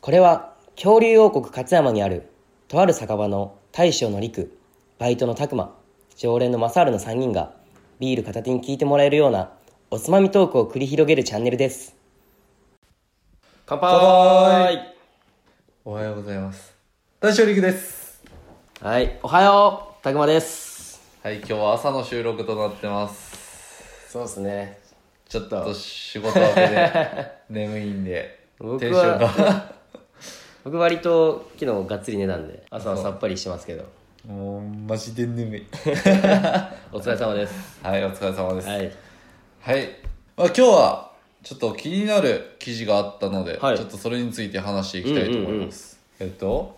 これは恐竜王国勝山にあるとある酒場の大将の陸バイトの拓磨常連のマサールの3人がビール片手に聞いてもらえるようなおつまみトークを繰り広げるチャンネルです乾杯おはようございます。大将陸です。はいおはよう拓磨ですはい、今日は朝の収録となってます。そうですねちょっと仕事明け で眠いんで、僕はテンションが。僕割と昨日がっつり寝たんで朝はさっぱりしてますけど もう、マジで眠い。お疲れ様ですはい、お疲れ様です。はい。いまあ、今日は、ちょっと気になる記事があったので、はいちょっとそれについて話していきたいと思います。えっと、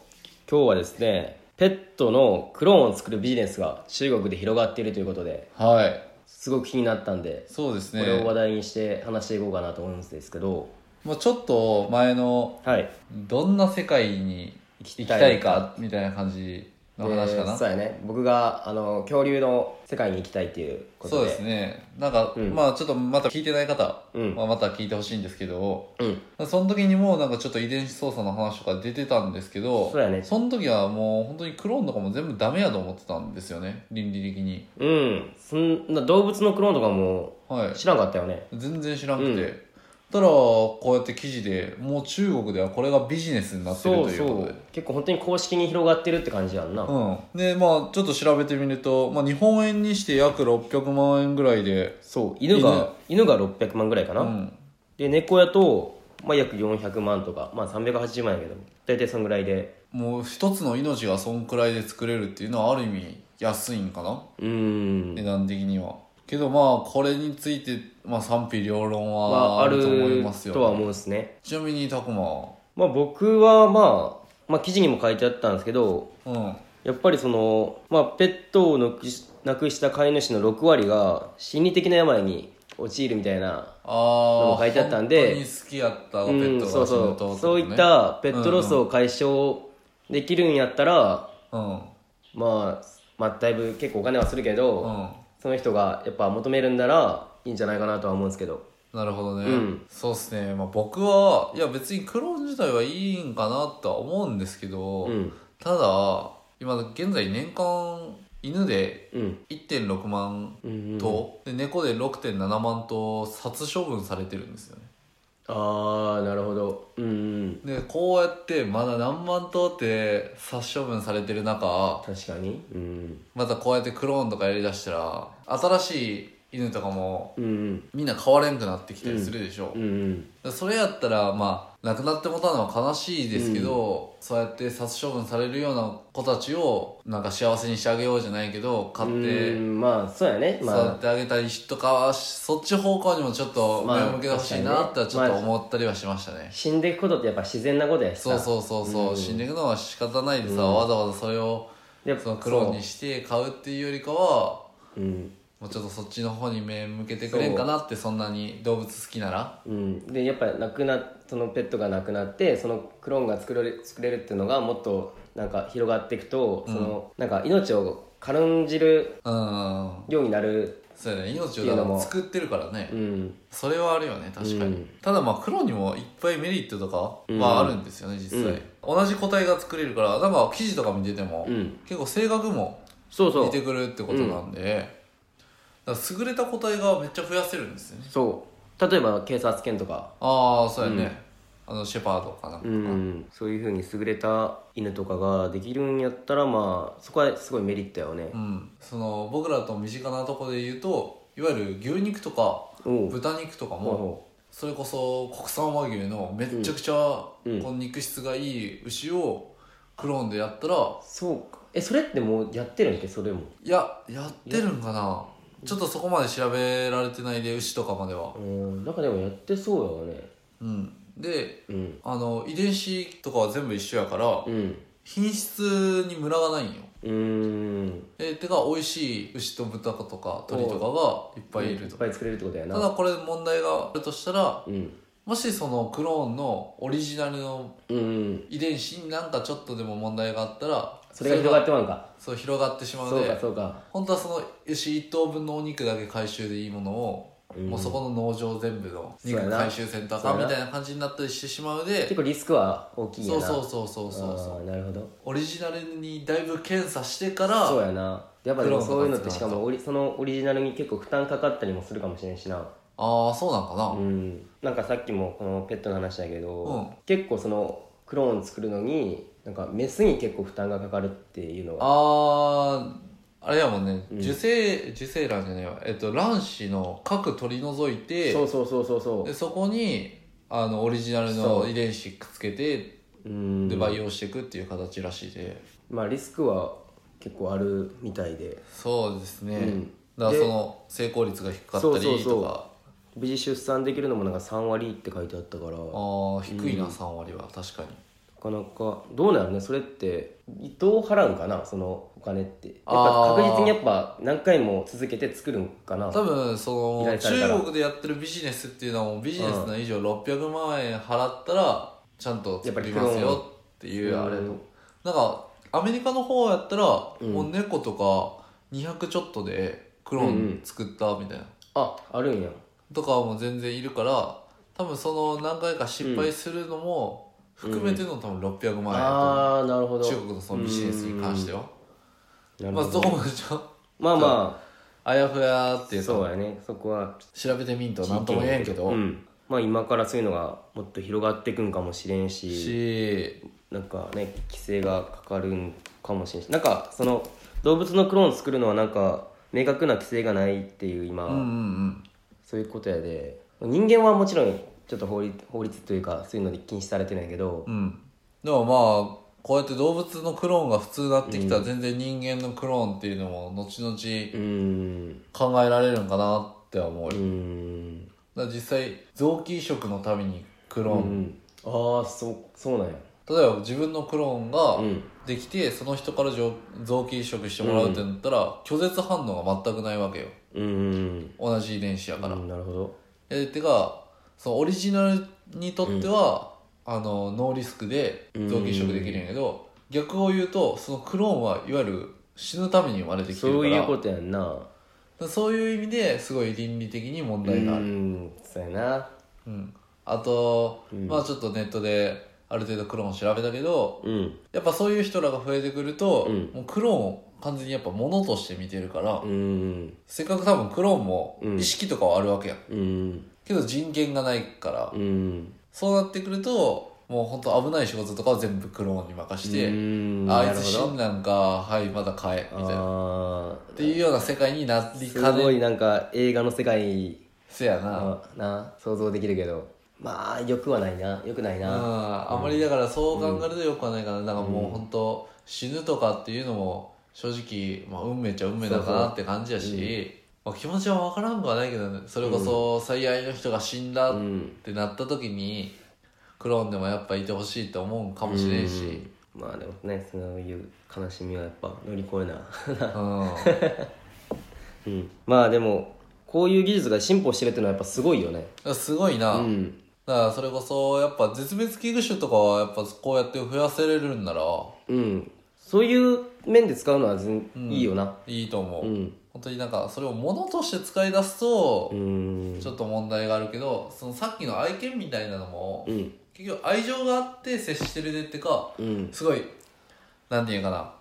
今日はですねペットのクローンを作るビジネスが中国で広がっているということではい。すごく気になったんで、そうですこれを話ね。題にして話していこうかなと思うんですけどまあ、ちょっと前の、はいどんな世界に行きたいか、みたいな感じの話かなで。そうやね僕があの恐竜の世界に行きたいっていうことでそうですねなんか、うんまあちょっとまた聞いてない方、うんまあ、また聞いてほしいんですけどうんその時にもなんかちょっと遺伝子操作の話とか出てたんですけどそうやねの時はもう本当にクローンとかも全部ダメやと思ってたんですよね倫理的にうんそんな動物のクローンとかもはい知らんかったよね全然知らなくて、たらこうやって記事でもう中国ではこれがビジネスになってるそとういうそことでう結構本当に公式に広がってるって感じやんな、うん、でまあちょっと調べてみると、まあ、日本円にして約600万円ぐらいでそう犬が犬が600万ぐらいかな、うんで猫やと、まあ、約400万とか、まあ、380万やけど大体そんぐらいでもう一つの命がそんくらいで作れるっていうのはある意味安いんかなうーん値段的にはけどまあこれについて、まあ、賛否両論まはあああるると思いますとはよ、思うんですね、ちなみにたくままあ、僕は、まあ、まあ記事にも書いてあったんですけどうんやっぱりその、まあ、ペットをなくし亡くした飼い主の6割が心理的な病に陥るみたいな、ああ書いてあったんで本当に好きやったペうッん、トそがう死ぬと、そうそういったペットロスを解消できるんやったら、うんまあ、まあだいぶ結構お金はするけど、うんその人がやっぱ求めるんならいいんじゃないかなとは思うんですけどなるほどね、うんそうっすね、まあ、僕はいや別にクローン自体はいいんかなとは思うんですけど、うんただ今現在年間犬でうん1.6万うんうんと、で猫で6.7万頭殺処分されてるんですよねああなるほどうんうんでこうやってまだ何万頭って殺処分されてる中確かにうんまたこうやってクローンとかやりだしたら新しい犬とかもうんうんみんな飼われんくなってきたりするでしょう、んうんでそれやったらまあ亡くなってもたのは悲しいですけど、そうやって殺処分されるような子たちをなんか幸せにしてあげようじゃないけど飼ってうんまあそうやねま育あってあげたりとかはそっち方向にもちょっとまあ目を向けてほしいなってはちょっと思ったりはしましたね、死んでいくことってやっぱ自然なことやしそうさそうそうそう、うん死んでいくのは仕方ないでさ、わざわざそれをでそのクローンにして買うっていうよりかはそううんもうちょっとそっちの方に目向けてくれんかなってそんなに動物好きならうん、でやっぱ亡くなそのペットが亡くなってそのクローンが作れる作れるっていうのがもっとなんか広がっていくと、そのなんか命を軽んじるうんようになる、そうやね命っていうのをだかもら作ってるからね、うん、それはあるよね確かに、うんただまあクローンにもいっぱいメリットとかはあるんですよね、実際、同じ個体が作れるからなんか記事とか見てても、うん結構性格もそうそ似うてくるってことなんで、だから優れた個体がめっちゃ増やせるんですよねそう例えば警察犬とか、ああそうやね、あのシェパードかなんか、うん、そういうふうに優れた犬とかができるんやったらまあそこはすごいメリットやよねう、ん、その僕らと身近なとこで言うといわゆる牛肉とかおう豚肉とかおうもおそれこそ国産和牛のめっちゃくちゃこうんの肉質がいい牛をクローンでやったらうそうかえそれってもうやってるんやっけそれもいややってるんかなちょっとそこまで調べられてないで牛とかまではうんなんかでもやってそうやわねうんでうんあの遺伝子とかは全部一緒やからうん品質にムラがないんようーんえーてか美味しい牛と豚とか鳥とかがいっぱいいるいっとぱい作れるってことやたなだこれ問題があるとしたらうんもしそのクローンのオリジナルのうん遺伝子になんかちょっとでも問題があったらそれが広がってまうんかそう広がってしまうそのうかでそうか本当はその牛1頭分のお肉だけ回収でいいものをもうそこの農場全部のそう肉やな回収センターそうかやなみたいな感じになったりしてしまうで結構リスクは大きいやそうなそうそうそうそうあそうーなるほどオリジナルにだいぶ検査してからそうやなやっぱでクもローンとかそういうのってし使かうともオリそのオリジナルに結構負担かかったりもするかもしれんしなああそうなんかな、うんなんかさっきもこのペットの話だけど、うん結構そのクローン作るのになんかメスに結構負担がかかるっていうのはあああれやもんね、受精受精卵じゃないわ、えっと、卵子の核取り除いてそうそうそうそうそでそこにあのオリジナルその遺伝子くっつけてううんで培養していくっていう形らしいで、まあリスクは結構あるみたいでそうですね、うんだかでらその成功率が低かったりそとかうそうそう無事出産できるのもなんか3割って書いてあったからなああ低いな、3割は確かにかなかどうなるねそれってどう払うんかなそのお金ってやっぱあー確実にやっぱ何回も続けて作るんかな多分そ依の頼されたら中国でやってるビジネスっていうのはもうビジネスな以上600万円払ったらちゃんと作りますよっていうあれうのんなんかアメリカの方やったらもう猫とか200ちょっとでクローン作ったみたいなああるんやとかはもう全然いるから多分その何回か失敗するのも含めての多分600万円やと思うああーなるほど中国のそのビジネスに関してはなるまあほそどこもちょっとまあまあやふやっていあうかそうやねそこは調べてみんとなんとも言えんけど、うんまあ今からそういうのがもっと広がっていくんかもしれんししなんかね規制がかかるんかもしれんしなんかその動物のクローン作るのはなんか明確な規制がないっていう今、うんうんうんそういうことやで人間はもちろんちょっと法律法律というかそういうので禁止されてないけど、うんでもまあこうやって動物のクローンが普通になってきたら全然人間のクローンっていうのも後々うーん考えられるんかなっては思ううよ、ーんだから実際臓器移植のためにクローうン、んああそうそうなんや例えば自分のクローンがうんできて、その人から臓臓器移植してもらうってなったら、拒絶反応が全くないわけようーん同じ遺伝子やから、うんなるほどえてかそのオリジナルにとっては、あのノーリスクで臓器移植できるんやけど、逆を言うとそのクローンはいわゆる死ぬために生まれてきてるかそうらいうことやんなとそういう意味ですごい倫理的に問う題がある、ーんそうやなうんあと、まあちょっとネットである程度クローンを調べたけどうんやっぱそういう人らが増えてくると、うんもうクローンを完全にやっぱ物として見てるから、うーんせっかく多分クローンもうん意識とかはあるわけやんうーんけど人権がないからう、ーんそうなってくるともう本当危ない仕事とかは全部クローンに任しうて、ーんあないるつほ死どんだんかはいまだ買えみたいなっあていうような世界になーりすかごねいなんか映画の世界せやなあな想像できるけどまあよくはないなよくないうんなあまりだからそう考えるとよくはないかなだからもう本当死ぬとかっていうのも正直、まあ、運命っちゃ運命だかなって感じやし、まあ、気持ちは分からんくはないけどねそれこそ最愛の人が死んだうっんてなった時にクローンでもやっぱいてほしいと思うんかもしれんし、まあでもねそういう悲しみはやっぱ乗り越え な、うんうん、まあでもこういう技術が進歩してるってのはやっぱすごいよねだからすごいな、うんだからそれこそやっぱ絶滅危惧種とかはやっぱこうやって増やせれるんならうんそういう面で使うのは全、いいよないいと思う、うん本当になんかそれを物として使い出すとうーんちょっと問題があるけどそのさっきの愛犬みたいなのもうん結局愛情があって接してるでってかうんすごいなんていうかな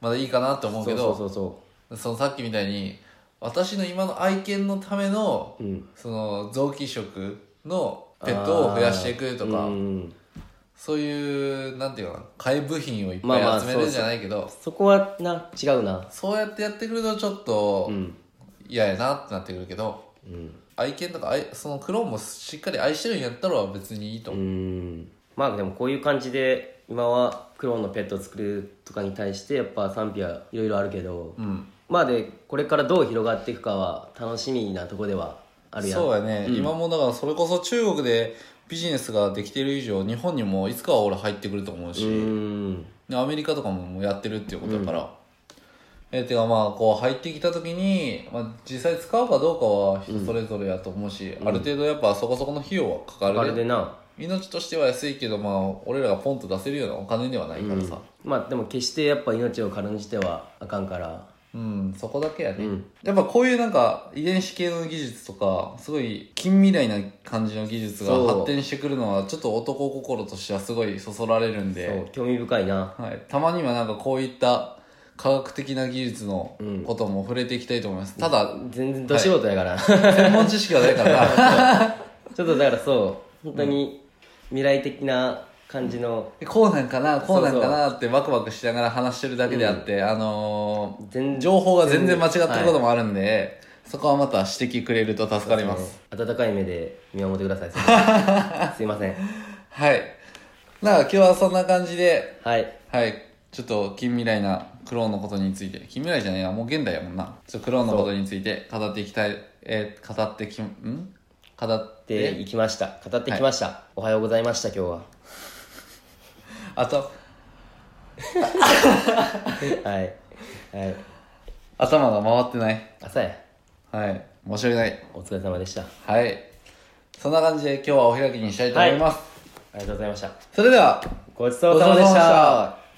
まだいいかなって思うそけうどそうそうそそのさっきみたいに私の今の愛犬のためのううんその臓器移植のペットを増やしていくとかうんそういう、なんていうかな、買い部品をいっまあまぱあい集めるんじゃないけど、そこはな違うなそうやってやってくるとちょっとうん嫌やなってなってくるけど、うん愛犬とか愛、そのクローンもしっかり愛してるんやったら別にいいとう思う。んまあでもこういう感じで今はクローンのペットを作るとかに対してやっぱ賛否はいろいろあるけど、うん。まあでこれからどう広がっていくかは楽しみなとこではあるやんそうやね、今もだからそれこそ中国でビジネスができてる以上、日本にもいつかは俺入ってくると思うし、うんでアメリカとかももうやってるっていうことだから、えてかまあこう入ってきた時に、まあ、実際使うかどうかは人それぞれやと思うし、ある程度やっぱそこそこの費用はかかるあねれでな、命としては安いけどまあ俺らがポンと出せるようなお金ではないからさ、まあでも決してやっぱ命を軽んじてはあかんからうん、そこだけやね、うんやっぱこういうなんか遺伝子系の技術とかすごい近未来な感じの技術がそう発展してくるのはちょっと男心としてはすごいそそられるんそうで、興味深いなはい、たまにはなんかこういった科学的な技術のことも触れていきたいと思います、ただ全然ど素人やから、専門知識がないからな ちょっとだからそう本当に未来的な感じのこうなんかなこうなんかなってワクワクしながら話してるだけであって、あのー全然情報が全然間違ってることもあるんで、そこはまた指摘くれると助かります温かい目で見守ってください すいませんはいなんか今日はそんな感じではいはいちょっと近未来なクローンのことについて近未来じゃねえなもう現代やもんなちょっとクローンのことについて語っていきたいえー語ってきん語っでて行きました語ってきました、おはようございました今日 はあとはいはい頭が回ってない朝やはい申し訳ないお疲れ様でしたあはいそんな感じで今日はお開きにしたいと思います、りがとうございましたそれではごちそうさまでした